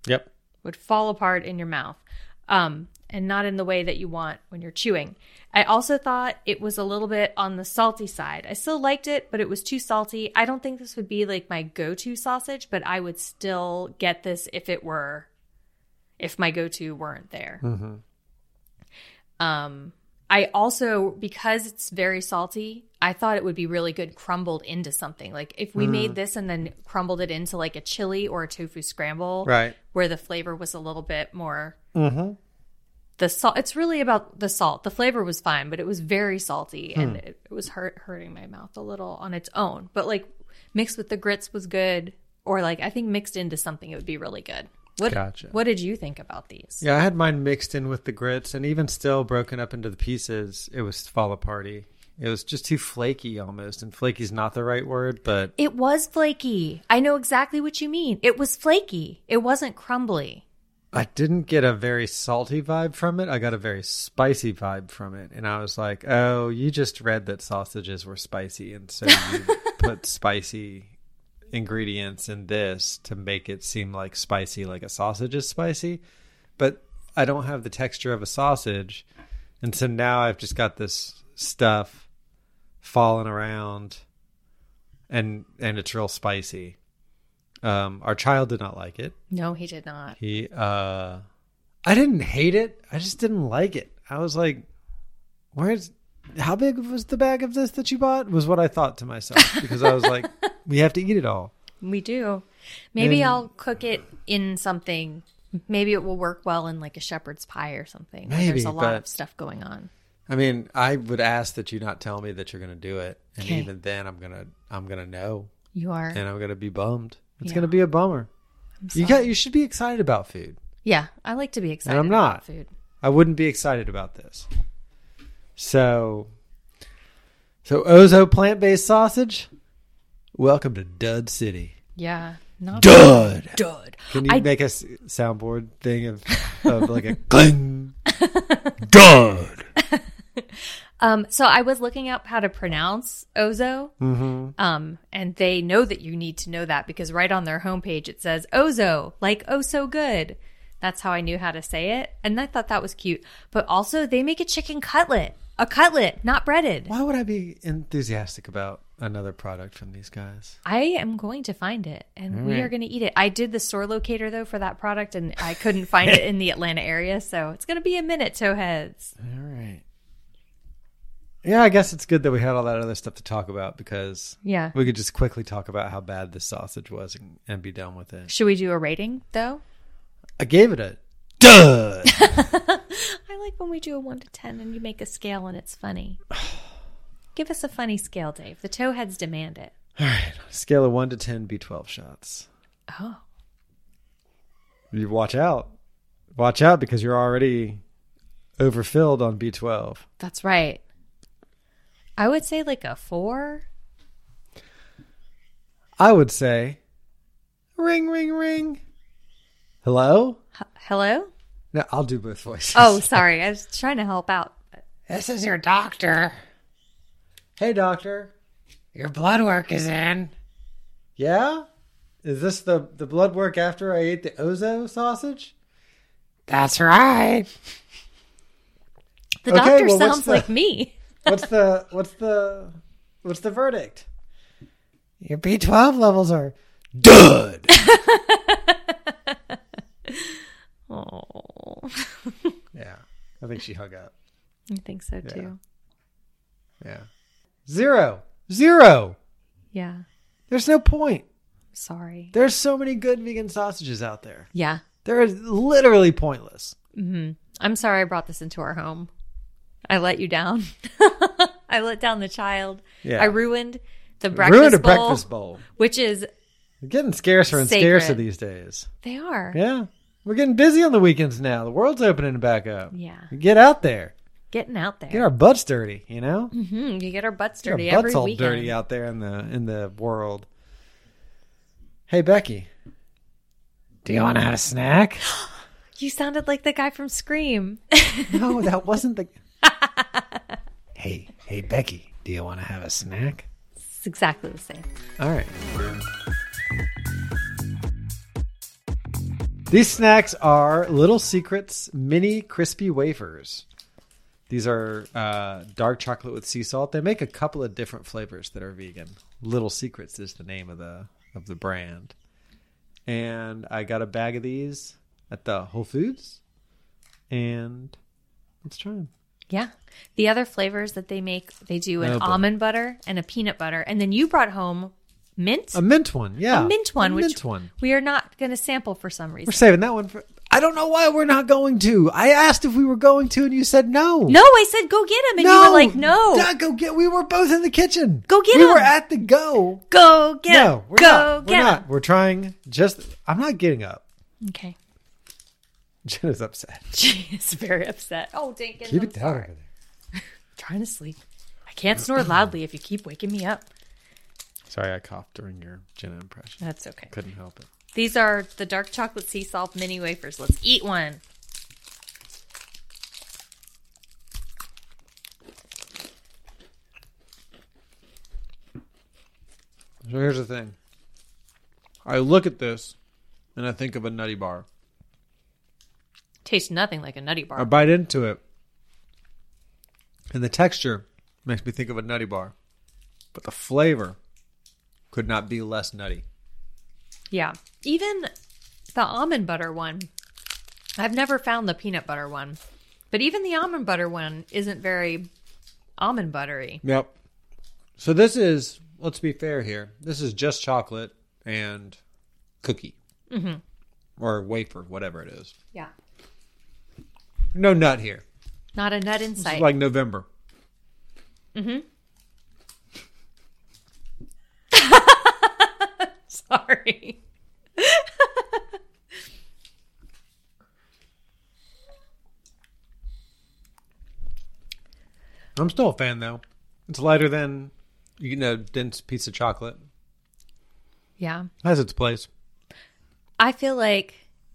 Yep. would fall apart in your mouth um, and not in the way that you want when you're chewing. I also thought it was a little bit on the salty side. I still liked it, but it was too salty. I don't think this would be like my go to sausage, but I would still get this if it were, if my go to weren't there. Mm-hmm. Um, I also, because it's very salty, I thought it would be really good crumbled into something. Like if we Mm. made this and then crumbled it into like a chili or a tofu scramble, Right. where the flavor was a little bit more Mm-hmm. the salt it's really about the salt the flavor was fine but it was very salty Hmm. and it, it was hurt, hurting my mouth a little on its own but like mixed with the grits was good or like i think mixed into something it would be really good what Gotcha. what did you think about these Yeah, I had mine mixed in with the grits, and even still broken up into the pieces, it was fall aparty. It was just too flaky almost, and flaky's not the right word, but it was flaky i know exactly what you mean it was flaky it wasn't crumbly I didn't get a very salty vibe from it. I got a very spicy vibe from it, and I was like, "Oh, you just read that sausages were spicy, and so you put spicy ingredients in this to make it seem like spicy, like a sausage is spicy." But I don't have the texture of a sausage, and so now I've just got this stuff falling around, and and it's real spicy. Um, our child did not like it. No, he did not. He, uh, I didn't hate it. I just didn't like it. I was like, where's, how big was the bag of this that you bought? Was what I thought to myself because I was like, we have to eat it all. We do. Maybe And- I'll cook it in something. Maybe it will work well in like a shepherd's pie or something. where Maybe, There's a lot but- of stuff going on. I mean, I would ask that you not tell me that you're going to do it, and Okay. even then, I'm gonna I'm gonna know, You are. and I'm gonna be bummed. It's Yeah. gonna be a bummer. You got you should be excited about food. Yeah, I like to be excited. I'm about not. food. I wouldn't be excited about this. So, so Ozo plant based sausage. Welcome to Dud City. Yeah, not Dud. dud. Can you I- make a s- soundboard thing of, of like a cling? Dud. Um, so I was looking up how to pronounce Ozo. Um, and they know that you need to know that because right on their homepage it says Ozo, like oh so good. That's how I knew how to say it, and I thought that was cute. But also, they make a chicken cutlet, a cutlet, not breaded. Why would I be enthusiastic about another product from these guys? I am going to find it and we are going to eat it. I did the store locator though for that product and I couldn't find it in the Atlanta area. So it's going to be a minute, Toeheads. All right. Yeah, I guess it's good that we had all that other stuff to talk about because Yeah. we could just quickly talk about how bad the sausage was and, and be done with it. Should we do a rating though? I gave it a dud. I like when we do a 1 to 10 and you make a scale and it's funny. Give us a funny scale, Dave. The Toeheads demand it. Scale of one to ten, be twelve shots. Oh. You watch out, watch out because you're already overfilled on B twelve. That's right. I would say like a 4. I would say, ring, ring, ring. Hello. H- Hello? No, I'll do both voices. Oh, sorry. I was trying to help out. This is your doctor. hey, doctor. Your blood work is in. Yeah? Is this the, the blood work after I ate the Ozo sausage? That's right. The Okay, doctor well, what's sounds the- like me. What's the what's the what's the verdict? Your B12 levels are. Dud. Oh. yeah. I think she hung up. I think so too. Yeah. Zero. Zero. Yeah. There's no point. Sorry. There's so many good vegan sausages out there. Yeah. They're literally pointless. I'm sorry I brought this into our home. I let you down. I let down the child. Yeah. I ruined the breakfast Ruined a bowl, breakfast bowl. which is They're getting scarcer and Sacred. scarcer these days. they are. Yeah. We're getting busy on the weekends now. The world's opening back up. Yeah. Get out there. Getting out there. Get our butts dirty, you know? Mhm, You get our butts Your dirty butt's every all weekend. dirty out there in the in the world. Hey Becky, Do you want to have a snack? You sounded like the guy from Scream. no, that wasn't the. Hey, hey, Becky, do you want to have a snack? it's exactly the same. All right. These snacks are Little Secrets mini crispy wafers. These are uh, dark chocolate with sea salt. They make a couple of different flavors that are vegan. Little Secrets is the name of the of the brand. And I got a bag of these at the Whole Foods. And let's try them. Yeah. The other flavors that they make, they do an Oh, boy. almond butter and a peanut butter. And then you brought home mint. A mint one, yeah. A mint one, A which mint one. we are not going to sample for some reason. We're saving that one for. I don't know why we're not going to. I asked if we were going to, and you said no. No, I said go get him, and you were like, no, Dad, go get. We were both in the kitchen. Go get We him. were at the go. go get him, No, we're go not. get we're him. not. We're trying. Just. I'm not getting up. Okay, Jenna's upset. she is very upset. Oh, Dinkin, Keep I'm it down over sorry. there. Trying to sleep. I can't snore loudly if you keep waking me up. Sorry, I coughed during your Jenna impression. That's okay. Couldn't help it. These are the dark chocolate sea salt mini wafers. Let's eat one. So here's the thing. I look at this, and I think of a nutty bar. Tastes nothing like a nutty bar. I bite into it, and the texture makes me think of a nutty bar, but the flavor could not be less nutty. Yeah. Even the almond butter one. I've never found the peanut butter one. But even the almond butter one isn't very almond buttery. Yep. So this is, let's be fair here. This is just chocolate and cookie or wafer, whatever it is. Yeah. No nut here. Not a nut in It's sight. like November. Sorry. I'm still a fan though. It's lighter than you know dense piece of chocolate. Yeah. Has its place. I feel like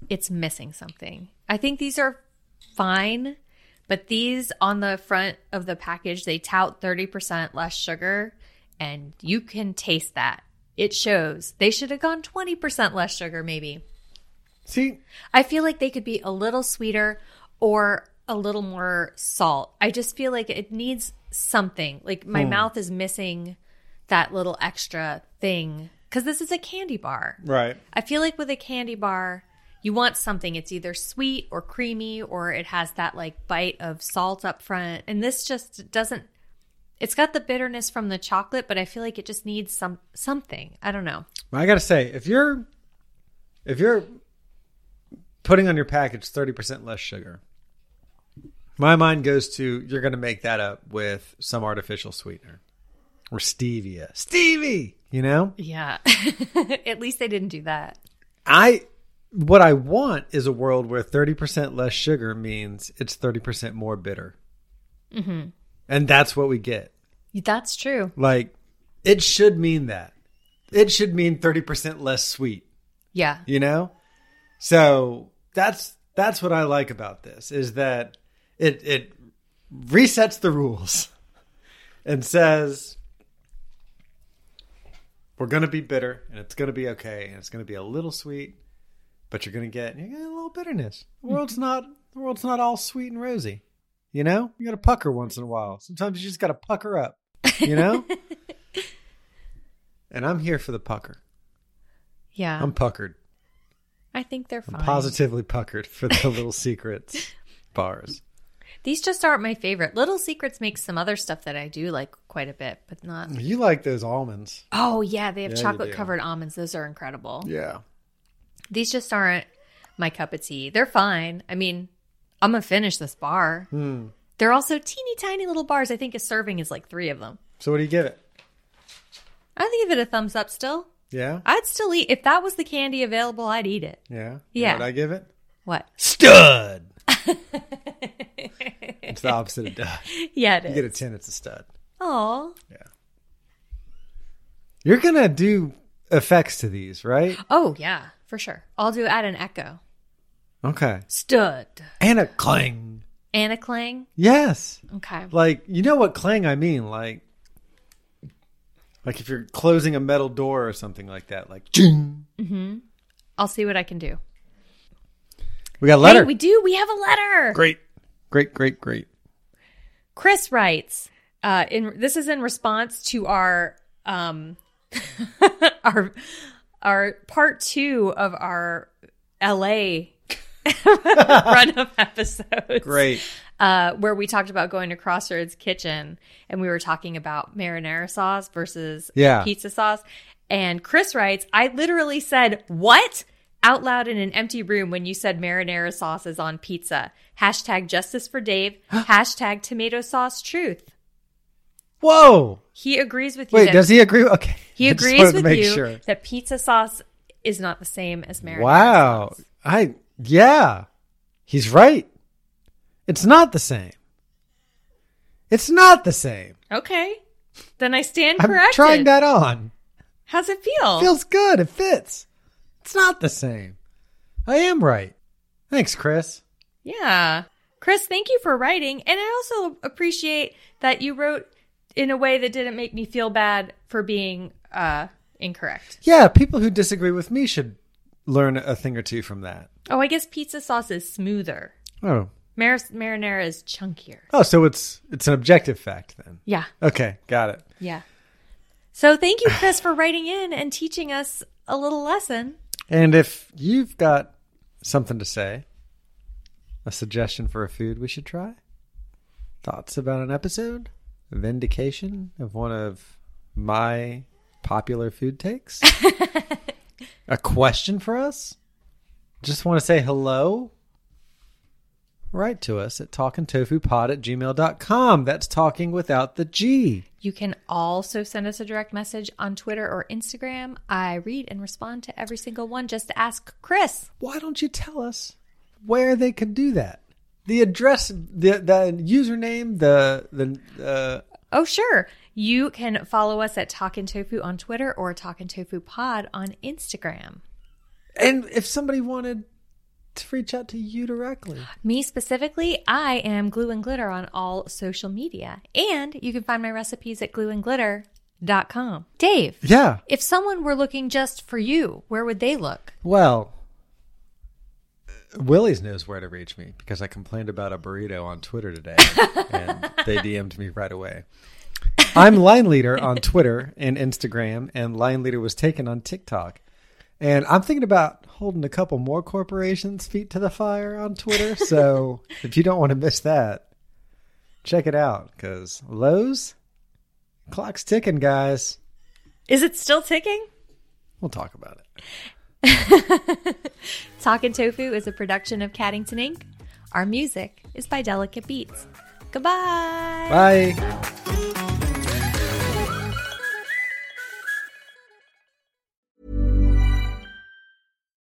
it's missing something. I think these are fine, but these on the front of the package, they tout 30% less sugar, and you can taste that. It shows. They should have gone 20% less sugar, maybe. See, I feel like they could be a little sweeter or a little more salt. I just feel like it needs something. Like my mouth is missing that little extra thing because this is a candy bar. right? I feel like with a candy bar, you want something. It's either sweet or creamy, or it has that like bite of salt up front. And this just doesn't. It's got the bitterness from the chocolate, but I feel like it just needs some something. I don't know. I gotta say, if you're if you're putting on your package thirty percent less sugar, my mind goes to you're gonna make that up with some artificial sweetener or stevia, Stevie. You know, Yeah. At least they didn't do that. I what I want is a world where thirty percent less sugar means it's thirty percent more bitter, mm-hmm. and that's what we get. That's true. Like, it should mean that. It should mean 30% less sweet, Yeah. you know? So that's that's what I like about this is that it it resets the rules and says we're gonna be bitter and it's gonna be okay and it's gonna be a little sweet, but you're gonna get you're gonna get a little bitterness. The world's not the world's not all sweet and rosy. You know? You gotta pucker once in a while. Sometimes you just gotta pucker up. You know? and I'm here for the pucker. Yeah. I'm puckered. I think they're fine. I'm positively puckered for the little secrets bars. These just aren't my favorite. Little Secrets makes some other stuff that I do like quite a bit, but not. You like those almonds. Oh, yeah. They have Yeah, you do. chocolate covered almonds. Those are incredible. Yeah. These just aren't my cup of tea. They're fine. I mean, I'm going to finish this bar. Hmm. They're also teeny tiny little bars. I think a serving is like three of them. So what do you give it? I'd give it a thumbs up still. Yeah? I'd still eat. If that was the candy available, I'd eat it. Yeah. Yeah. What I give it? What? Stud. it's the opposite of dud. Yeah, it You get a is. 10, it's a stud. Oh. You're going to do effects to these, right? Oh, yeah, for sure. I'll do add an echo. Okay. Stud. And a clang. Anna Clang. Yes. Okay. Like, you know what clang I mean? Like, like if you're closing a metal door or something like that, like, ching. I'll see what I can do. We got a Hey, letter. we do. We have a letter. Great. Great, great, great. Chris writes, uh, in this is in response to our um, our our part two of our LA run of episodes. Great. uh, where we talked about going to Crossroads Kitchen and we were talking about marinara sauce versus Yeah. pizza sauce. And Chris writes, I literally said, What? out loud in an empty room when you said marinara sauce is on pizza. Hashtag justice for Dave. hashtag tomato sauce truth. Whoa. He agrees with you. Wait, that- does he agree? Okay. He I just agrees wanted to with make you sure. that pizza sauce is not the same as marinara Wow. sauce. I, yeah. He's right. It's not the same. It's not the same. Okay. Then I stand I'm corrected. trying that on. How's it feel? Feels good. It fits. It's not the same. I am right. Thanks, Chris. Yeah. Chris, thank you for writing. And I also appreciate that you wrote in a way that didn't make me feel bad for being uh, incorrect. Yeah, people who disagree with me should learn a thing or two from that. Oh, I guess pizza sauce is smoother. Oh. Mar- marinara is chunkier. Oh, so it's it's an objective fact then. Yeah. Okay, got it. Yeah. So thank you, Chris, for writing in and teaching us a little lesson. And if you've got something to say, a suggestion for a food we should try, thoughts about an episode, vindication of one of my popular food takes, a question for us, just want to say hello, write to us at talkingtofupod at gmail.com. That's talking without the G. You can also send us a direct message on Twitter or Instagram. I read and respond to every single one. Just ask Chris. why don't you tell us where they could do that? The address, the the username, the the uh, Oh, sure. You can follow us at Talkin' Tofu on Twitter or Talkin' Tofu Pod on Instagram. and if somebody wanted to reach out to you directly, Me specifically, I am Glue and Glitter on all social media. And you can find my recipes at glueandglitter.com. Dave, yeah. if someone were looking just for you, where would they look? Well, Willie's knows where to reach me because I complained about a burrito on Twitter today, and they DM'd me right away. I'm Line Leader on Twitter and Instagram, and Line Leader was taken on TikTok. And I'm thinking about holding a couple more corporations' feet to the fire on Twitter. So if you don't want to miss that, check it out because Lowe's, clock's ticking, guys. Is it still ticking? We'll talk about it. Talkin' Tofu is a production of Caddington Inc. Our music is by Delicate Beats. Goodbye. Bye.